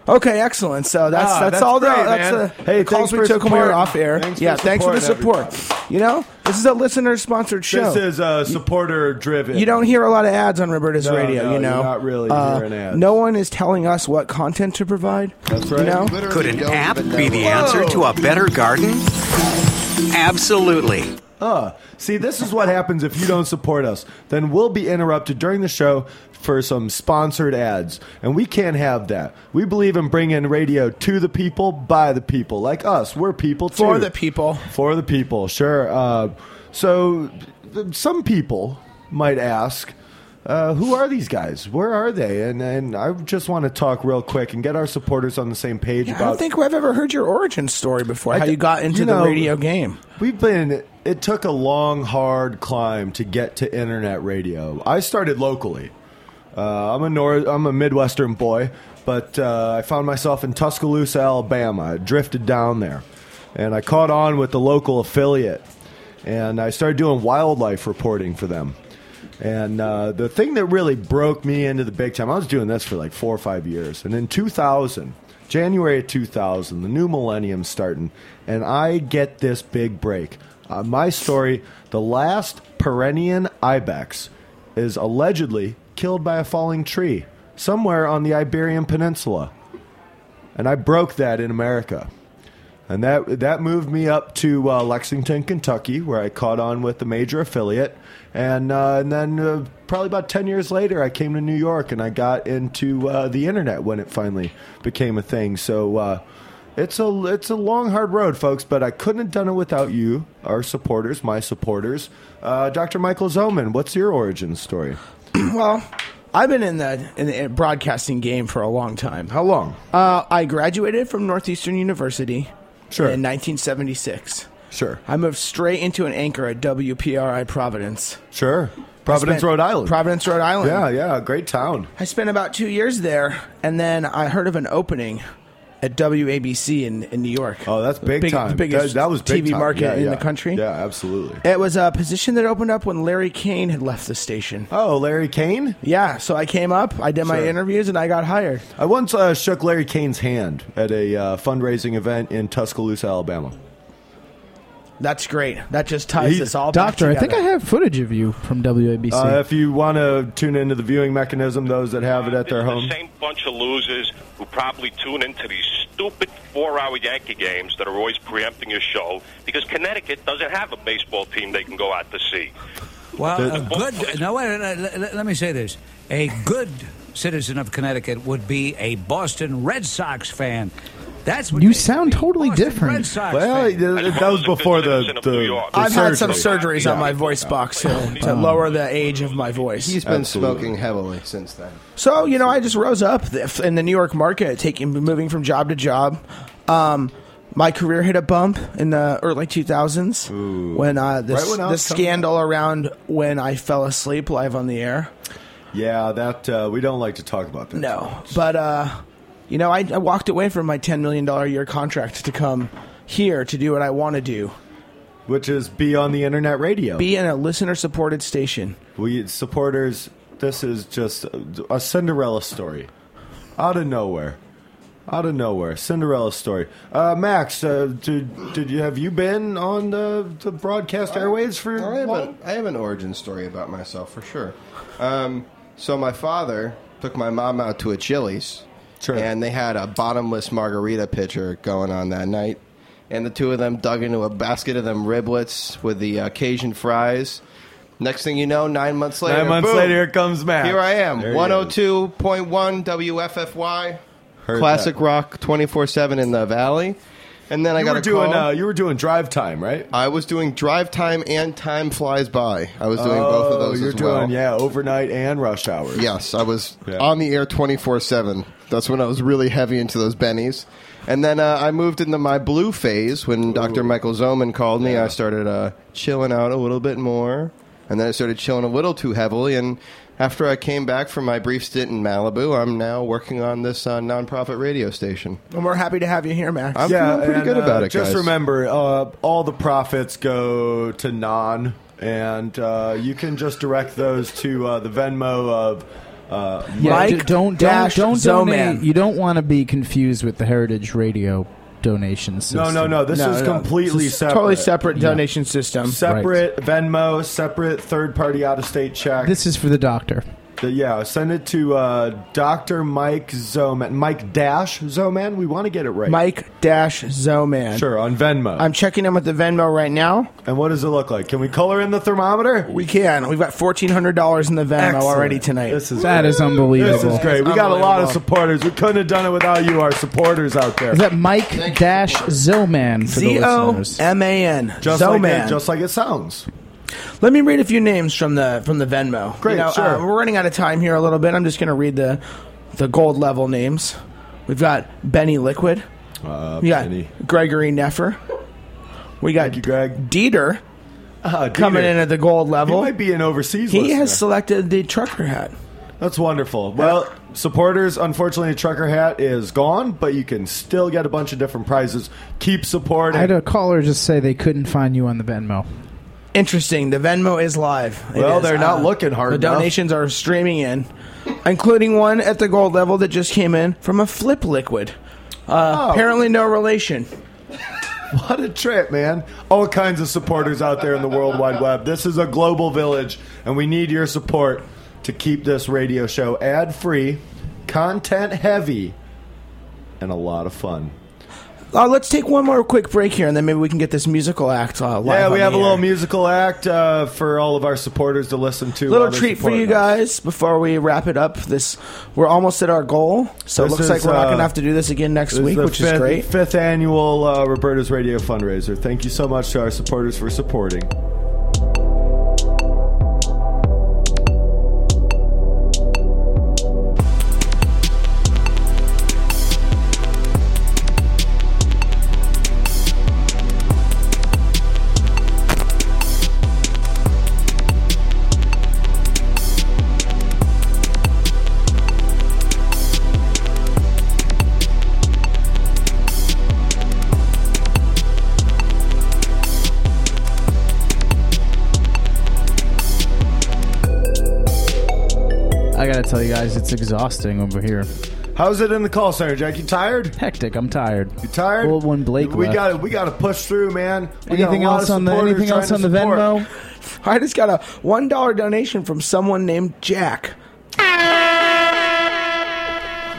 S7: Okay, excellent. So that's
S6: Ah,
S7: that's,
S6: that's
S7: all
S6: great,
S7: the
S6: man.
S7: that's the
S6: Hey, thanks
S7: calls
S6: for
S7: we took when we were
S6: support.
S7: off air.
S6: Thanks for
S7: yeah, thanks for the
S6: support,
S7: support. You know, this is a listener sponsored show.
S6: This is uh, supporter driven.
S7: You don't hear a lot of ads on Roberta's
S6: No,
S7: radio,
S6: no,
S7: you know. Uh,
S6: you're not really hearing ads.
S7: No one is telling us what content to provide.
S6: That's right.
S7: You know,
S8: Literally
S9: Could an
S8: don't
S9: app
S8: even
S9: be
S8: know
S9: the
S8: what-
S9: answer to a better garden? Absolutely.
S6: Uh, see, this is what happens if you don't support us. Then we'll be interrupted during the show for some sponsored ads, and we can't have that. We believe in bringing radio to the people by the people, like us. We're people too.
S7: for the people.
S6: for the people. Sure. Uh, so th- some people might ask. Uh, who are these guys? Where are they? And and I just want to talk real quick and get our supporters on the same page
S7: I
S6: about
S7: don't think I've ever heard your origin story before.
S6: I
S7: How
S6: d-
S7: you got into
S6: you
S7: the
S6: know-
S7: radio game?
S6: We've been. It took a long, hard climb to get to internet radio. I started locally. Uh, I'm a north. I'm a Midwestern boy, but uh, I found myself in Tuscaloosa, Alabama. I drifted down there, and I caught on with the local affiliate, and I started doing wildlife reporting for them. And uh, the thing that really broke me into the big time, I was doing this for like four or five years. And in 2000, January of 2000, the new millennium starting, and I get this big break. Uh, my story the last Perennian ibex is allegedly killed by a falling tree somewhere on the Iberian Peninsula. And I broke that in America. And that that moved me up to uh, Lexington, Kentucky, where I caught on with the major affiliate, and uh, and then uh, probably about ten years later, I came to New York and I got into uh, the internet when it finally became a thing. So uh, it's a it's a long hard road, folks, but I couldn't have done it without you, our supporters, my supporters. Uh, Dr. Michael Zoman, what's your origin story?
S7: well, I've been in the in the broadcasting game for a long time.
S6: How long?
S7: Uh, I graduated from Northeastern University
S6: Sure.
S7: in 1976.
S6: Sure.
S7: I moved straight into an anchor at WPRI Providence.
S6: Sure. Providence, Rhode Island.
S7: Providence, Rhode Island.
S6: Yeah, yeah, great town.
S7: I spent about two years there, and then I heard of an opening at WABC in, in New York.
S6: Oh, that's big, time.
S7: The biggest
S6: that, that was big
S7: TV
S6: time.
S7: market
S6: Yeah,
S7: in
S6: yeah.
S7: the country.
S6: Yeah, absolutely.
S7: It was a position that opened up when Larry Kane had left the station.
S6: Oh, Larry Kane?
S7: Yeah. So I came up, I did my
S6: Sure.
S7: interviews, and I got hired.
S6: I once uh, shook Larry Kane's hand at a uh, fundraising event in Tuscaloosa, Alabama.
S7: That's great. That just ties
S6: He-
S7: this all back
S14: Doctor, I think I
S7: together.
S14: have footage of you from WABC.
S6: Uh, if you want to tune into the viewing mechanism, those that have it at their home.
S15: same bunch of losers who probably tune into these stupid four-hour Yankee games that are always preempting your show because Connecticut doesn't have a baseball team they can go out to see.
S16: Well, a good. No, wait, let, let- let me say this. A good citizen of Connecticut would be a Boston Red Sox fan. That's what
S14: you sound totally
S16: Red
S14: different.
S16: Sox
S6: Well,
S16: fan.
S6: that was before the. the, the
S7: I've had some
S6: surgery.
S7: surgeries on my voice box to, to lower the age of my voice.
S8: He's been smoking heavily since then.
S7: So you know, I just rose up th- in the New York market, taking moving from job to job. Um, my career hit a bump in the early 2000s when uh, this
S6: Right when I
S7: the
S6: was coming
S7: scandal around when I fell asleep live on the air.
S6: Yeah, that uh, we don't like to talk about that.
S7: No, but uh, you know, I, I walked away from my 10 million dollar a year contract to come here to do what I want to do,
S6: which is be on the internet radio,
S7: be in a listener supported station.
S6: We supporters, this is just a Cinderella story, out of nowhere, out of nowhere. Cinderella story. Uh, Max, uh, did did you have you been on the, the broadcast airwaves for?
S8: I have,
S6: long?
S8: a, I have an origin story about myself for sure. Um, so my father took my mom out to a Chili's, and they had a bottomless margarita pitcher going on that night, and the two of them dug into a basket of them riblets with the uh, Cajun fries. Next thing you know, nine months later,
S6: Nine months
S8: boom,
S6: later, here comes Max.
S8: Here I am,
S6: There he is.
S8: one hundred two point one WFFY,
S6: Heard
S8: classic
S6: that.
S8: rock twenty four seven in the valley. And then I
S6: You
S8: got
S6: were
S8: a
S6: doing,
S8: call.
S6: uh, you were doing drive time, right?
S8: I was doing drive time and time flies by. I was doing both
S6: Oh,
S8: of those
S6: You're
S8: as
S6: doing
S8: well.
S6: yeah, overnight and rush hours.
S8: Yes, I was on the air 24 7. That's when I was really heavy into those bennies. And then uh, I moved into my blue phase when Dr. Michael Zoman called me. I started uh, chilling out a little bit more. And then I started chilling a little too heavily. And after I came back from my brief stint in Malibu, I'm now working on this uh, nonprofit radio station.
S7: And we're happy to have you here, Max.
S8: I'm feeling pretty
S6: and,
S8: good about
S6: uh,
S8: it,
S6: Just
S8: guys.
S6: remember, uh, all the profits go to non, and uh, you can just direct those to uh, the Venmo of uh,
S14: Yeah,
S6: Mike
S14: d- don't don't
S6: Dash
S14: don't
S6: Zoman.
S14: donate. You don't want to be confused with the Heritage Radio donation system.
S6: No, no, no. This is completely
S14: This is
S6: separate.
S14: totally separate
S7: donation system.
S6: Separate Venmo, separate third party out of state check.
S14: This is for the doctor.
S6: The- yeah, send it to uh, Dr. Mike Zoman. Mike Dash Zoman. We want to get it right.
S7: Mike Dash Zoman.
S6: Sure, on Venmo.
S7: I'm checking in with the Venmo right now.
S6: And what does it look like? Can we color in the thermometer?
S7: We can. We've got fourteen hundred dollars in the Venmo
S6: Excellent.
S7: already tonight.
S6: This is
S14: That is unbelievable.
S6: This is great. We got a lot of
S7: Unbelievable.
S6: supporters. We couldn't have done it without you, our supporters out there.
S14: Is that Mike Dash Zoman for
S7: Z
S14: the
S7: O
S14: listeners?
S7: M A N.
S6: Just like
S7: Zoman.
S6: it- just like it sounds.
S7: Let me read a few names from the from the Venmo.
S6: Great,
S7: You know,
S6: sure.
S7: uh, we're running out of time here a little bit. I'm just going to read the the gold level names. We've got Benny Liquid.
S6: Uh,
S7: we got Gregory Neffer. We got Dieter coming
S6: Dieter.
S7: in at the gold level.
S6: might be an overseas
S7: He
S6: listener.
S7: has selected the trucker hat.
S6: That's wonderful. Well, supporters, unfortunately, Trucker Hat is gone, but you can still get a bunch of different prizes. Keep
S14: I
S6: supporting.
S14: had a caller just say they couldn't find you on the Venmo.
S7: Interesting. The Venmo is live. It
S6: Well,
S7: is, Ah.
S6: they're not looking hard
S7: The
S6: enough.
S7: donations are streaming in, including one at the gold level that just came in from a Flip Liquid. Uh,
S6: Oh.
S7: Apparently, no relation.
S6: What a trip, man. All kinds of supporters out there in the World Wide Web. This is a global village, and we need your support to keep this radio show ad free, content heavy, and a lot of fun.
S7: Uh, let's take one more quick break here, and then maybe we can get this musical act uh, live.
S6: yeah,
S7: on
S6: we have
S7: the
S6: a
S7: air.
S6: little musical act uh, for all of our supporters to listen to.
S7: little
S6: while they
S7: treat for
S6: support
S7: you
S6: us.
S7: guys before we wrap it up. This we're almost at our goal, so it
S6: This
S7: looks like
S6: is,
S7: we're not
S6: uh,
S7: going to have to do this again next
S6: This
S7: week,
S6: the
S7: which
S6: fifth-
S7: is great.
S6: Fifth annual uh, Roberta's Radio fundraiser. Thank you so much to our supporters for supporting.
S14: I gotta tell you guys, it's exhausting over here.
S6: How's it in the call center, Jack? You tired?
S14: Hectic. I'm tired.
S6: You tired?
S14: Well, when Blake
S6: We
S14: left-
S6: got to we got to push through, man. We got a
S7: Anything
S6: lot
S7: else
S6: of
S7: on the-
S6: supporters
S7: anything
S6: trying
S7: else
S6: to
S7: on the
S6: support.
S7: Venmo? I just got a one dollar donation from someone named Jack.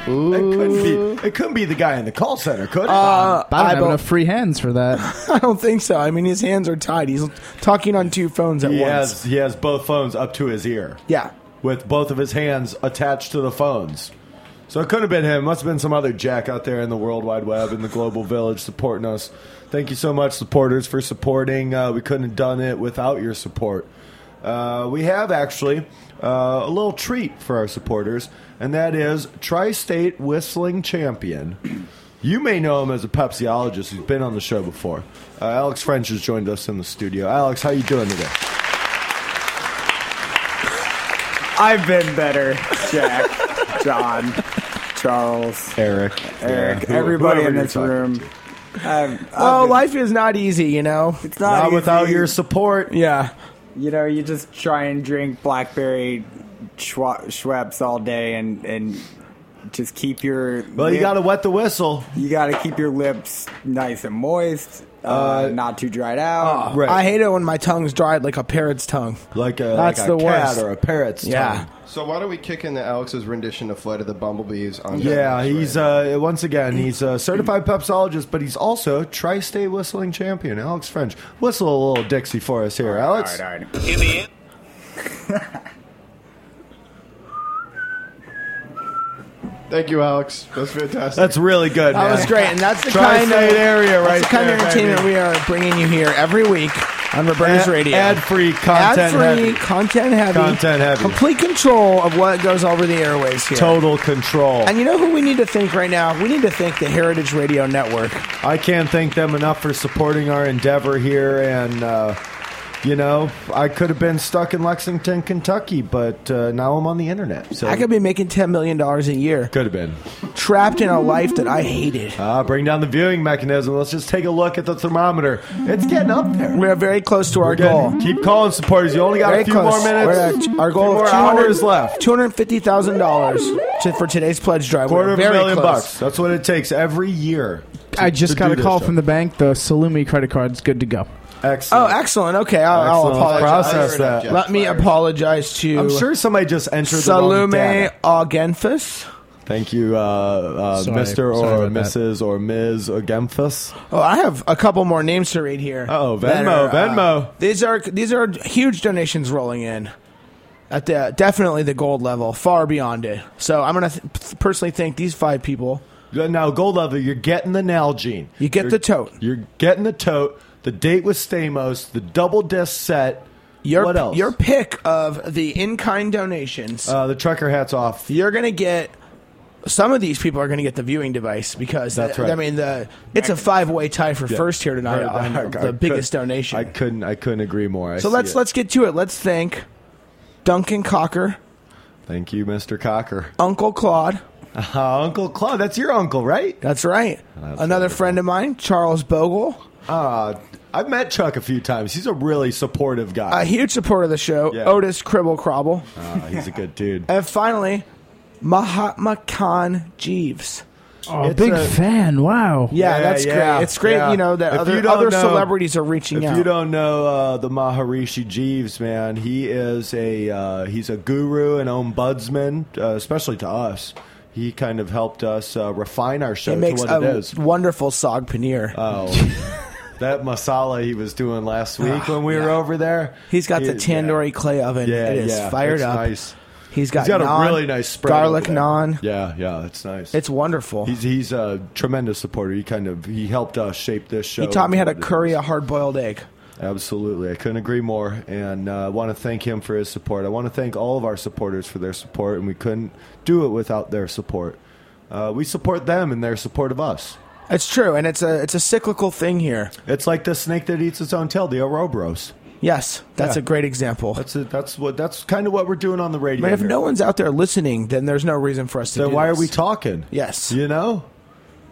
S6: It couldn't be. It couldn't be the guy in the call center, could it?
S7: Uh,
S14: I don't have
S7: bo-
S14: enough free hands for that.
S7: I don't think so. I mean, his hands are tied. He's talking on two phones at
S6: he
S7: once.
S6: has he has both phones up to his ear.
S7: Yeah,
S6: with both of his hands attached to the phones. So it couldn't have been him. Must have been some other jack out there in the World Wide Web in the global village supporting us. Thank you so much, supporters, for supporting. Uh, we couldn't have done it without your support. Uh, we have actually uh, a little treat for our supporters, and that is Tri State Whistling Champion. You may know him as a pepsiologist who's been on the show before. Uh, Alex French has joined us in the studio. Alex, how you doing today?
S17: I've been better, Jack, John, Charles,
S6: Eric,
S17: Eric,
S7: Yeah, who-
S17: everybody
S7: whoever
S17: in
S7: you're
S17: this
S7: talking
S17: room. I've, I've
S6: Oh,
S7: Well,
S17: been-
S7: Oh, life is not easy, you know.
S17: It's not Not without easy. your
S6: support.
S7: Yeah.
S17: you know, you just try and drink blackberry Schwa- Schweppes all day and and just keep your
S6: Well, you got to wet the whistle.
S17: You got to keep your lips nice and moist, uh, not too dried
S6: uh,
S8: Uh,
S17: out.
S7: I hate it when my tongue's dried like a parrot's tongue.
S6: Like a
S7: that's
S6: like a
S7: the
S6: cat
S7: worst.
S6: or a parrot's
S7: Yeah.
S6: tongue.
S8: So why don't we kick into Alex's rendition of Flight of the Bumblebees on
S6: Yeah, he's uh, once again he's a certified pepsologist, but he's also tri-state whistling champion. Alex French, whistle a little Dixie for us here, Alex.
S17: all right,
S15: In the end,
S8: Thank you, Alex. That's fantastic.
S6: That's really good.
S7: That
S6: man.
S7: was great, and that's the
S6: Tri-state
S7: kind of
S6: area
S7: that's
S6: right
S7: the kind
S6: there,
S7: of entertainment
S6: baby.
S7: we are bringing you here every week on Roberta's
S6: Ad-
S7: Radio.
S6: ad-free, content
S7: ad-free,
S6: heavy.
S7: content heavy,
S6: Content heavy.
S7: complete control of what goes over the airways here.
S6: Total control.
S7: And you know who we need to thank right now? We need to thank the Heritage Radio Network.
S6: I can't thank them enough for supporting our endeavor here. And, uh, you know, I could have been stuck in Lexington, Kentucky, but uh, now I'm on the internet. So
S7: I could be making ten million dollars a year,
S6: could have been.
S7: trapped in a life that I hated.
S6: Uh, bring down the viewing mechanism. Let's just take a look at the thermometer. It's getting up there.
S7: We're very close to our
S6: Good.
S7: goal.
S6: Keep calling supporters. You only got
S7: Very
S6: a few
S7: close.
S6: more minutes.
S7: We're at our
S6: few
S7: goal
S6: more
S7: of
S6: hours left.
S7: Two hundred fifty thousand dollars for today's pledge drive.
S6: Quarter
S7: We're
S6: of a
S7: very
S6: million
S7: close.
S6: bucks. That's what it takes every year. to-
S14: I just
S6: to
S14: got
S6: do
S14: a
S6: this
S14: call
S6: stuff.
S14: from the bank. The Salumi credit card's good to go.
S6: Excellent.
S7: Oh, excellent. Okay, I'll,
S6: Excellent.
S7: I'll apologize.
S6: Process that.
S7: Let me apologize to.
S6: I'm sure somebody just entered the wrong
S7: Salome
S6: data.
S7: Augenfus.
S6: Thank you, uh, uh,
S7: Sorry.
S6: Mr.
S7: Sorry
S6: or
S7: about that.
S6: Mrs. or Ms. Agemphis.
S7: Oh, I have a couple more names to read here.
S6: Oh,
S7: that
S6: Venmo,
S7: are, uh,
S6: Venmo.
S7: these are these are huge donations rolling in. At the definitely the gold level, far beyond it. So I'm gonna th- personally thank these five people.
S6: Now, gold level, you're getting the Nalgene.
S7: You get
S6: You're-
S7: the tote.
S6: You're getting the tote, the date with Stamos, the double disc set.
S7: Your
S6: what else?
S7: your pick of the in kind donations.
S6: uh, the trucker hat's off.
S7: you're gonna get. Some of these people are going to get the viewing device because
S6: That's
S7: uh,
S6: right.
S7: I mean the it's a five way tie for
S6: Yeah.
S7: first here tonight
S6: I-
S7: on
S6: I- I
S7: the
S6: couldn't-
S7: biggest donation.
S6: I couldn't. I couldn't agree more. I
S7: so
S6: see
S7: let's
S6: it.
S7: let's get to it. Let's thank Duncan Cocker,
S6: Thank you, Mr. Cocker.
S7: Uncle Claude.
S6: Uh, uncle Claude, that's your uncle, right?
S7: That's right. Another friend of mine, Charles Bogle,
S6: Uh, I've met Chuck a few times. He's a really supportive
S7: a
S6: guy.
S7: huge supporter of the show,
S6: Yeah.
S7: Otis Cribble Crobble,
S6: Uh, he's a good dude.
S7: and finally Mahatma Khan Jeeves.
S14: Oh, big fan. Wow.
S7: Yeah, that's great. It's great,
S6: yeah.
S7: you know, that
S6: If you
S7: other,
S6: don't
S7: other
S6: know-
S7: celebrities are reaching
S6: If
S7: out.
S6: you don't know uh, the Maharishi Jeeves, man, he is a uh, he's a guru and ombudsman, uh, especially to us. He kind of helped us uh, refine our show
S7: it makes
S6: to what
S7: a
S6: it is.
S7: wonderful sog paneer.
S6: Oh, that masala he was doing last week when we were over there.
S7: Ah, He's got the
S6: He-
S7: tandoori clay oven.
S6: Yeah,
S7: it is
S6: yeah,
S7: fired
S6: it's
S7: up.
S6: nice.
S7: He's got,
S6: He's got
S7: naan,
S6: a really nice spread
S7: garlic
S6: over there.
S7: naan.
S6: Yeah, yeah, it's nice.
S7: It's wonderful.
S6: He's he's a tremendous supporter. He kind of he helped us shape this show.
S7: He taught me how to
S6: into what it
S7: curry
S6: is.
S7: a hard boiled egg.
S6: Absolutely, I couldn't agree more, and uh, I want to thank him for his support. I want to thank all of our supporters for their support, and we couldn't do it without their support. Uh, we support them and their support of us.
S7: It's true, and it's a it's a cyclical thing here.
S6: It's like the snake that eats its own tail, the Ouroboros.
S7: Yes, that's
S6: Yeah.
S7: a great example.
S6: That's it. That's what. That's kind of what we're doing on the
S7: I
S6: radio.
S7: mean, if
S6: here.
S7: no one's out there listening, then there's no reason for us to.
S6: then
S7: do
S6: why
S7: this.
S6: are we talking?
S7: Yes.
S6: You know?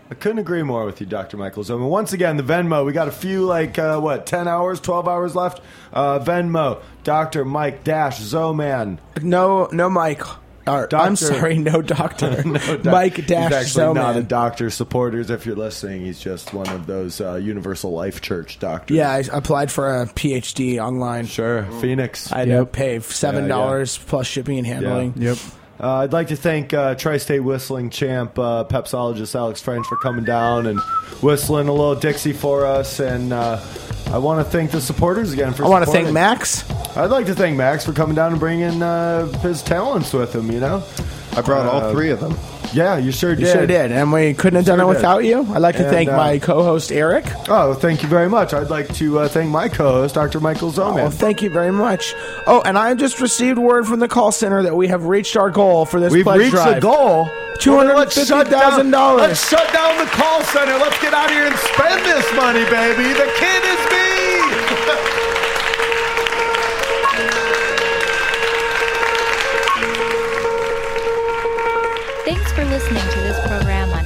S6: I couldn't agree more with you, Dr. Michaels. I mean, once again, the Venmo. We got a few, like, uh, what, 10 hours, 12 hours left? Uh, Venmo, Dr. Mike Dash, Zoman.
S7: No, no, Mike. Or, I'm sorry, no doctor.
S6: No doc-
S7: Mike Dash
S6: He's actually
S7: Zellman.
S6: not a doctor. Supporters, if you're listening, he's just one of those uh, Universal Life Church doctors.
S7: Yeah, I applied for a PhD online.
S6: Sure, Phoenix.
S7: I had to
S6: Yep.
S7: pay seven dollars plus shipping and handling.
S6: Yep. Uh, I'd like to thank uh, Tri-State Whistling Champ uh, Pepsologist Alex French for coming down and whistling a little Dixie for us, and uh, I want to thank the supporters again for.
S7: I wanna
S6: supporting.
S7: thank Max.
S6: I'd like to thank Max for coming down and bringing uh, his talents with him. You know, I
S18: brought all three of them.
S6: Yeah, you sure
S7: You
S6: did.
S7: sure did, and we couldn't have
S6: Sure
S7: done it
S6: did.
S7: without you. I'd like to
S6: And,
S7: thank
S6: uh,
S7: my co-host Eric.
S6: Oh, thank you very much. I'd like to uh, thank my co-host, Dr. Michael Zoman.
S7: Well, thank you very much. Oh, and I just received word from the call center that we have reached our goal for this.
S6: We've
S7: pledge
S6: reached
S7: drive.
S6: the goal.
S7: Two hundred and fifty thousand dollars.
S6: Let's shut down the call center. Let's get out of here and spend this money, baby. The kid is me.
S8: Thanks for listening to this program on